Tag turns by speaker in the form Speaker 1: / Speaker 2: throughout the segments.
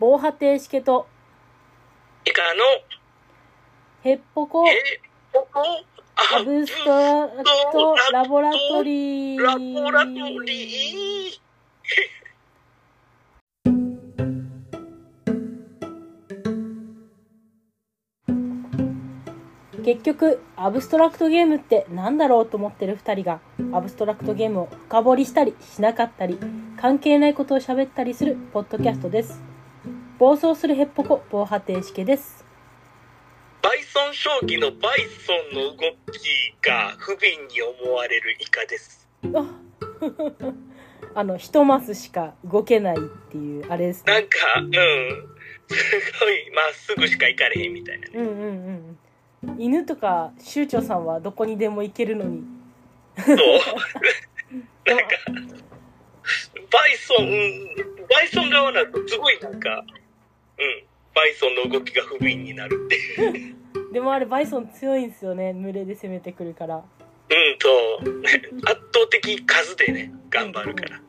Speaker 1: 防波堤しけと、
Speaker 2: イカの
Speaker 1: ヘッポコ、
Speaker 2: えここ
Speaker 1: ア
Speaker 2: あ
Speaker 1: ブストラクトラボラトリー。
Speaker 2: ラボラトリー
Speaker 1: 結局アブストラクトゲームって何だろうと思ってる2人がアブストラクトゲームを深掘りしたりしなかったり関係ないことを喋ったりするポッドキャストです暴走するヘッポコ防波堤しけです
Speaker 2: バイソン将棋のバイソンの動きが不憫に思われるイカです
Speaker 1: ああの一マスしか動けないっていうあれです
Speaker 2: な
Speaker 1: ね
Speaker 2: んかうんすごいまっすぐしか行かれへんみたいなね
Speaker 1: うんうんうん犬とか酋長さんはどこにでも行けるの に
Speaker 2: そうなんかバイソンバイソン側だとすごいなんかうんバイソンの動きが不憫になるっていう
Speaker 1: でもあれバイソン強いんですよね群れで攻めてくるから
Speaker 2: うんと圧倒的数でね頑張るから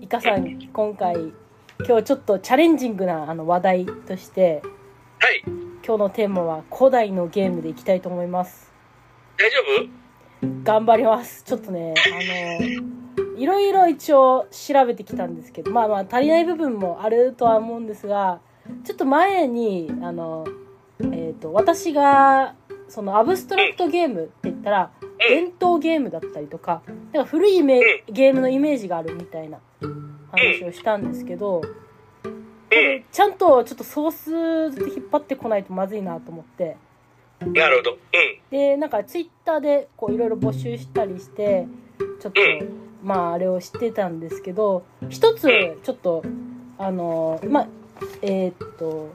Speaker 1: イカさん今回今日ちょっとチャレンジングなあの話題として
Speaker 2: はい
Speaker 1: 今日のテーマは古代のゲームでいきたいと思います
Speaker 2: 大丈夫
Speaker 1: 頑張りますちょっとねあのいろいろ一応調べてきたんですけどまあまあ足りない部分もあるとは思うんですがちょっと前にあの、えー、と私がそのアブストラクトゲームって言ったら伝統ゲームだったりとかなんか古いイメージゲームのイメージがあるみたいな話をしたんですけど、
Speaker 2: う
Speaker 1: ちゃんとちょっとソースで引っ張ってこないとまずいなと思って
Speaker 2: ん、なるほど。うん。
Speaker 1: でなんかツイッターでこういろいろ募集したりしてちょっとまああれをしてたんですけど一つちょっとあのまあえーっと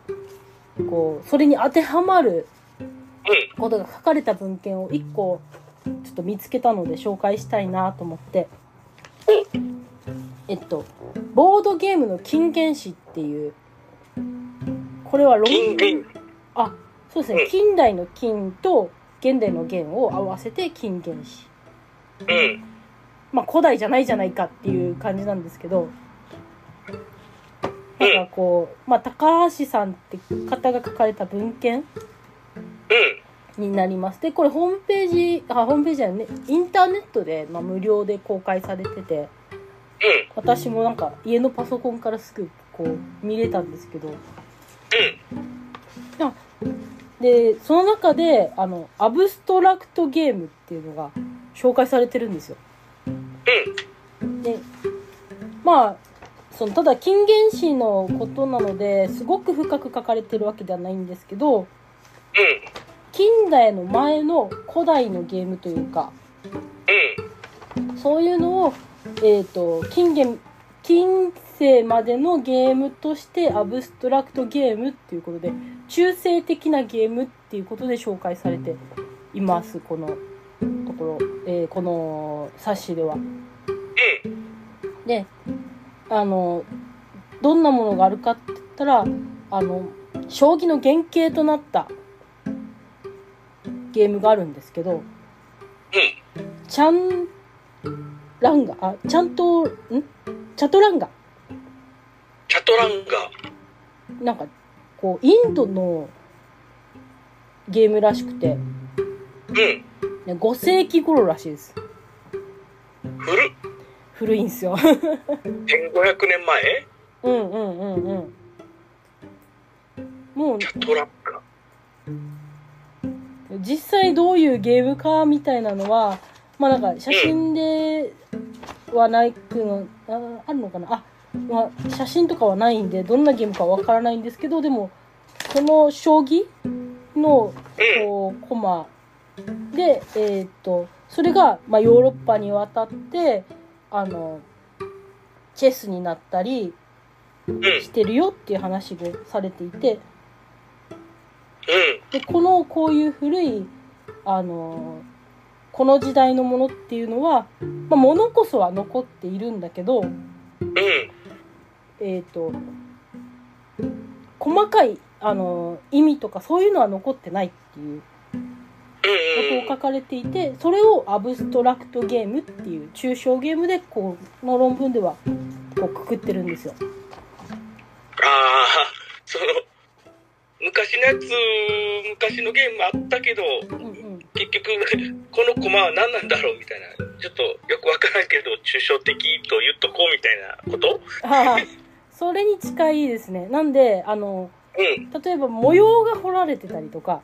Speaker 1: こうそれに当てはまる
Speaker 2: う
Speaker 1: ことが書かれた文献を1個ちょっと見つけたので紹介したいなと思ってえっと「ボードゲームの金原史」っていうこれは論
Speaker 2: 金銀。
Speaker 1: あそうですね、
Speaker 2: うん
Speaker 1: 近代の金と現代の元を合わせて金原史
Speaker 2: うん。
Speaker 1: まあ古代じゃないじゃないかっていう感じなんですけどなんかこう、まあ、高橋さんって方が書かれた文献
Speaker 2: うん。
Speaker 1: になりますでこれホームページあホームページじゃないねインターネットで、まあ、無料で公開されてて
Speaker 2: うん。
Speaker 1: 私もなんか家のパソコンからすぐこう見れたんですけどでその中であのアブストラクトゲームっていうのが紹介されてるんですよでまあそのただ金原子のことなのですごく深く書かれてるわけではないんですけど
Speaker 2: うん。
Speaker 1: 近代の前の古代のゲームというか
Speaker 2: うん。
Speaker 1: そういうのを、えー、と近現近世までのゲームとしてアブストラクトゲームっていうことで中世的なゲームっていうことで紹介されていますこのところ、えーこの冊子では。
Speaker 2: うん。
Speaker 1: であのどんなものがあるかって言ったらあの将棋の原型となったゲームがあるんですけど、チャンランガあちゃんとんチャトランガ
Speaker 2: チャトランガ。
Speaker 1: なんかこうインドのゲームらしくて、
Speaker 2: うん。
Speaker 1: ね、5世紀頃らしいです
Speaker 2: 古っ。
Speaker 1: 古いんですよ
Speaker 2: 1500年前
Speaker 1: うんうんうんうんもう
Speaker 2: チャトランガ。
Speaker 1: 実際どういうゲームかみたいなのはまあなんか写真ではないくのああるのかなあ、まあ、写真とかはないんでどんなゲームかわからないんですけどでもこの将棋の
Speaker 2: うん。
Speaker 1: こうコマでえーっとそれが、まあ、ヨーロッパに渡ってあのチェスになったり
Speaker 2: うん。うん。
Speaker 1: してるよっていう話をされていてでこのこういう古いあのこの時代のものっていうのは、まあ、物こそは残っているんだけど、
Speaker 2: うん。
Speaker 1: えー、と細かいあの意味とかそういうのは残ってないっていうことを書かれていてそれをアブストラクトゲームっていう抽象ゲームでこの論文ではこうくくってるんですよ。
Speaker 2: ああ、やつ、昔のゲームあったけど、
Speaker 1: うんうん
Speaker 2: 結局、このコマは何なんだろうみたいな、ちょっとよくわからんけど、抽象的と言っとこうみたいなこと
Speaker 1: あーそれに近いですねなんであの
Speaker 2: うん、
Speaker 1: 例えば模様が彫られてたりとか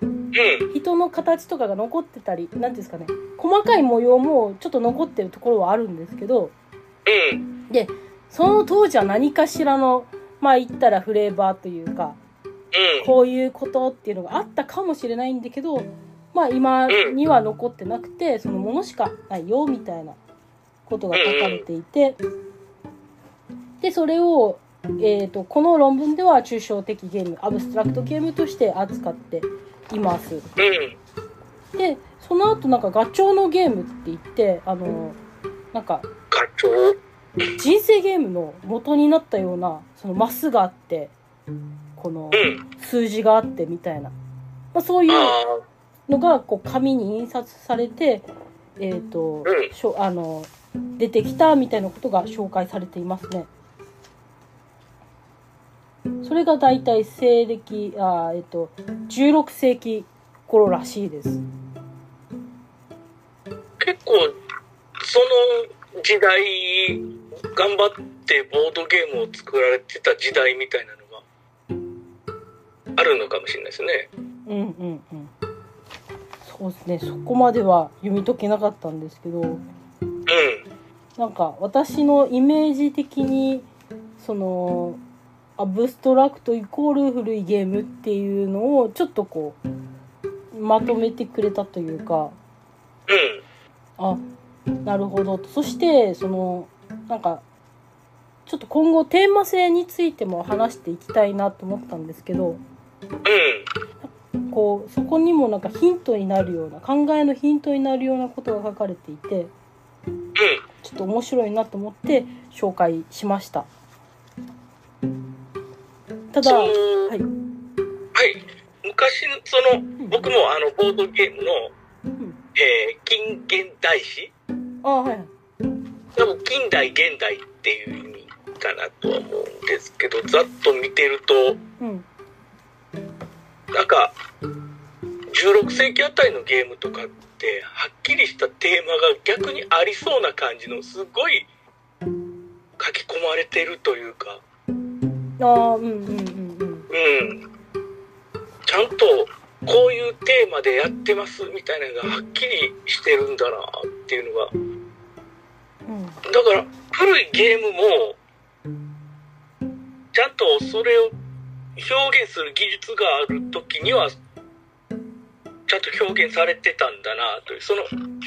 Speaker 2: うん、
Speaker 1: 人の形とかが残ってたり何ていうんですかね細かい模様もちょっと残ってるところはあるんですけど
Speaker 2: うん、
Speaker 1: でその当時は何かしらのまあ言ったらフレーバーというかこういうことっていうのがあったかもしれないんだけどまあ今には残ってなくてそのものしかないよみたいなことが書かれていてでそれを、えー、とこの論文では抽象的ゲームアブストラクトゲームとして扱っています。
Speaker 2: うん、うん。
Speaker 1: でその後なんかガチョウのゲームって言ってあのなんか
Speaker 2: 課長うん、
Speaker 1: 人生ゲームの元になったようなそのマスがあってこの数字があってみたいな、まあ、そういう
Speaker 2: ああ、
Speaker 1: のがこう紙に印刷されて、えーと
Speaker 2: うん
Speaker 1: しょあの出てきたみたいなことが紹介されていますね。それが大体西暦あー、えっと16世紀頃らしいです。
Speaker 2: 結構、その時代、頑張ってボードゲームを作られてた時代みたいなのがあるのかもしれないですね。
Speaker 1: うんうんうんそうですねそこまでは読み解けなかったんですけど
Speaker 2: うん、
Speaker 1: なんか私のイメージ的にそのアブストラクトイコール古いゲームっていうのをちょっとこうまとめてくれたというか
Speaker 2: うん、
Speaker 1: あなるほどとそしてそのなんかちょっと今後テーマ性についても話していきたいなと思ったんですけど
Speaker 2: うん。
Speaker 1: こうそこにもなんかヒントになるような考えのヒントになるようなことが書かれていて
Speaker 2: う
Speaker 1: ちょっと面白いなと思って紹介しましたた
Speaker 2: ん。
Speaker 1: だ
Speaker 2: その
Speaker 1: はい、
Speaker 2: はい。昔の、その、僕もあの、ボードゲームの、
Speaker 1: ん
Speaker 2: えー近現代史
Speaker 1: あはい
Speaker 2: 多分近代現代っていう意味かなとは思うんですけど、ざっと見てると、
Speaker 1: うん
Speaker 2: なんか、16世紀あたりのゲームとかって、はっきりしたテーマが逆にありそうな感じの、すごい書き込まれてるというか、
Speaker 1: あーうんうんうん
Speaker 2: うん。ちゃんと、こういうテーマでやってますみたいなのがはっきりしてるんだなっていうのが。
Speaker 1: うんうん
Speaker 2: だから、古いゲームも、ちゃんとそれを表現する技術がある時には、ちゃんと表現されてたんだなという、その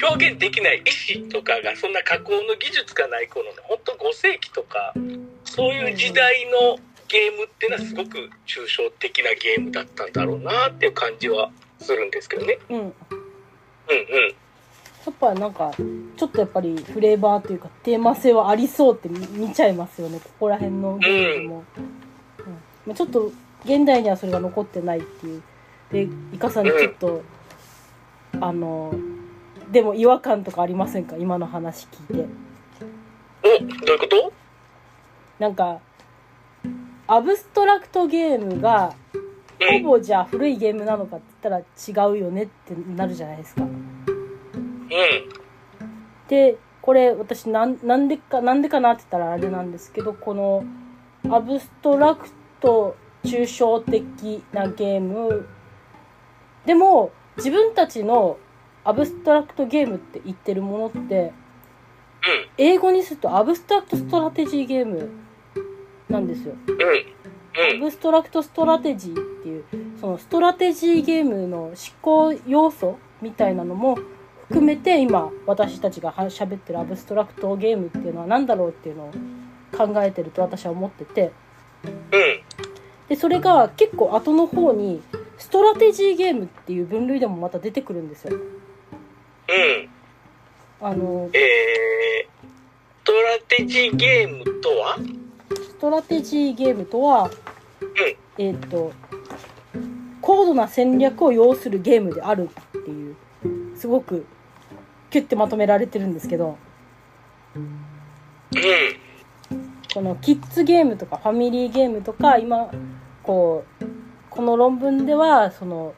Speaker 2: 表現できない意思とかが、そんな加工の技術がない頃の、ほんと5世紀とか、そういう時代のゲームってのはすごく抽象的なゲームだったんだろうなっていう感じはするんですけどね。
Speaker 1: うん
Speaker 2: うんうん。
Speaker 1: やっぱなんかちょっとやっぱりフレーバーというかテーマ性はありそうって見見ちゃいますよねここら辺のゲームも、うんまあ、ちょっと現代にはそれが残ってないっていうでイカさんにちょっと、あのでも違和感とかありませんか今の話聞いて
Speaker 2: お、どういうこと
Speaker 1: なんかアブストラクトゲームが
Speaker 2: う
Speaker 1: ほ
Speaker 2: ん。
Speaker 1: ぼじゃあ古いゲームなのかって言ったら違うよねってなるじゃないですか
Speaker 2: うん。
Speaker 1: でこれ私なんなんでかなんでかなって言ったらあれなんですけどこのアブストラクト抽象的なゲームでも自分たちのアブストラクトゲームって言ってるものって英語にするとアブストラクトストラテジーゲームなんですよ。
Speaker 2: うん。うん。う
Speaker 1: ア。
Speaker 2: ん
Speaker 1: ブストラクトストラテジーっていうそのストラテジーゲームの思考要素みたいなのも含めて今私たちがは喋ってるアブストラクトゲームっていうのは何だろうっていうのを考えてると私は思ってて
Speaker 2: うん。
Speaker 1: でそれが結構後の方にストラテジーゲームっていう分類でもまた出てくるんですよ。
Speaker 2: うん。
Speaker 1: あの
Speaker 2: えー、ストラテジーゲームとは
Speaker 1: ストラテジーゲームとは、えーっと高度な戦略を要するゲームであるっていうすごくキュッてまとめられてるんですけど
Speaker 2: うん。
Speaker 1: このキッズゲームとかファミリーゲームとか今こうこの論文ではその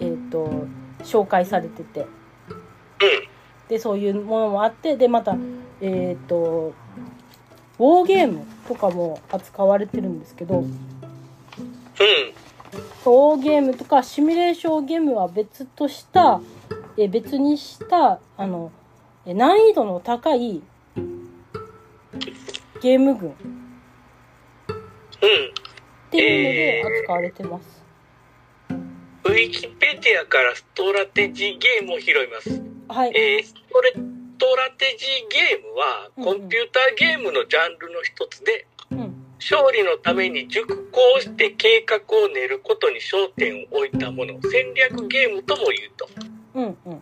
Speaker 1: えっ、と紹介されてて
Speaker 2: うん。
Speaker 1: でそういうものもあってでまたえっ、とウォーゲームとかも扱われてるんですけどウ
Speaker 2: うん。
Speaker 1: ォーゲームとかシミュレーションゲームは別とした、えー別にしたあのえー難易度の高いゲーム群っ
Speaker 2: うん。
Speaker 1: ていうので扱われてます。
Speaker 2: ウィキペディアからストラテジーゲームを拾います。
Speaker 1: はい、
Speaker 2: えー、ストレストラテジーゲームは
Speaker 1: うん
Speaker 2: コンピューターゲームのジャンルの一つで、
Speaker 1: うん、
Speaker 2: 勝利のために熟考して計画を練ることに焦点を置いたもの、戦略ゲームとも言うと。
Speaker 1: うん、うん、
Speaker 2: だ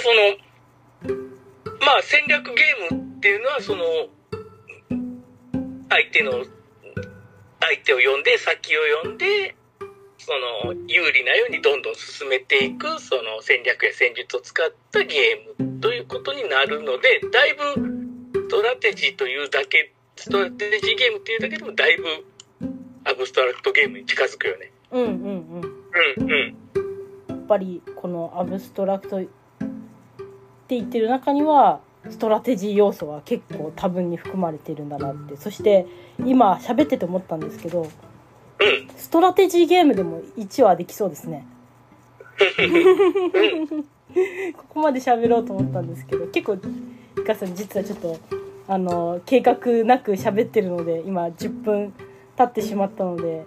Speaker 2: そのまあ戦略ゲームっていうのはその相手の相手を呼んで先を呼んでその有利なようにどんどん進めていくその戦略や戦術を使ったゲームということになるのでだいぶストラテジーというだけストラテジーゲームっていうだけでもだいぶアブストラクトゲームに近づくよね。
Speaker 1: うん、うん、うん。
Speaker 2: うんうん
Speaker 1: やっぱりこのアブストラクトって言ってる中にはストラテジー要素は結構多分に含まれてるんだなってそして今喋ってて思ったんですけど
Speaker 2: うん
Speaker 1: ストラテジーゲームでも1話できそうです ねここまで喋ろうと思ったんですけど結構いかさん実はちょっとあの計画なく喋ってるので今10分経ってしまったので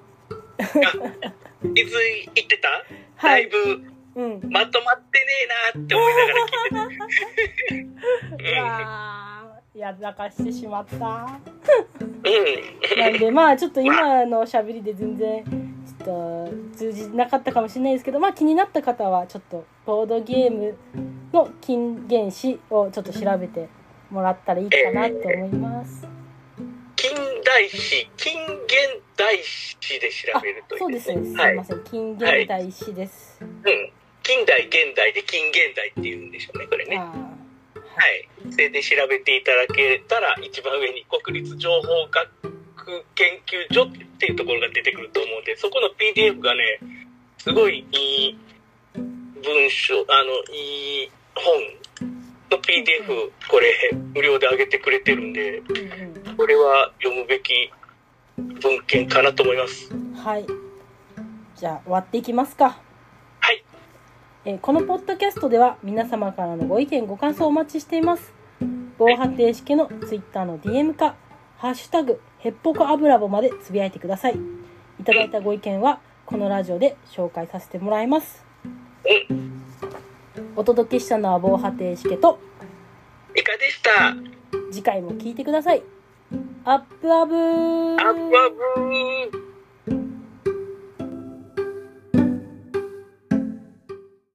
Speaker 2: いつ言ってた、
Speaker 1: は
Speaker 2: だい
Speaker 1: い、
Speaker 2: ぶ
Speaker 1: うん、
Speaker 2: まとまってねえなって思いながら聞いて
Speaker 1: う
Speaker 2: た。
Speaker 1: わーやらかしてしまった。
Speaker 2: うん
Speaker 1: なんでまあちょっと今のしゃべりで全然ちょっと通じなかったかもしれないですけどまあ気になった方はちょっとボードゲームの金原子をちょっと調べてもらったらいいかなと思います。
Speaker 2: 近代史、近現代史で調
Speaker 1: あ
Speaker 2: べるとい
Speaker 1: そう
Speaker 2: う、
Speaker 1: ですねすい
Speaker 2: はい。う
Speaker 1: ま
Speaker 2: ん。
Speaker 1: せん金現代子です。
Speaker 2: 近代、現代で近現代って言うんでしょうね、これね。
Speaker 1: あー
Speaker 2: はい。それで調べていただけたら、一番上に国立情報学研究所っていうところが出てくると思うんで、そこの PDF がね、すごいいい文章、あの、いい本の PDF、これ、無料で上げてくれてるんで、
Speaker 1: うん
Speaker 2: これは読むべき文献かなと思います。
Speaker 1: うん、はいじゃあ終わっていきますか。
Speaker 2: はい。
Speaker 1: えーこのポッドキャストでは皆様からのご意見ご感想をお待ちしています防波堤式のツイッターの DM か「ハッシュタグヘッポコアブラボ」までつぶやいてくださいいただいたご意見はこのラジオで紹介させてもらいます
Speaker 2: うん。
Speaker 1: お届けしたのは防波堤式と
Speaker 2: いかでした。ア
Speaker 1: 次回も聞いてくださいアップアブー
Speaker 2: ップアップ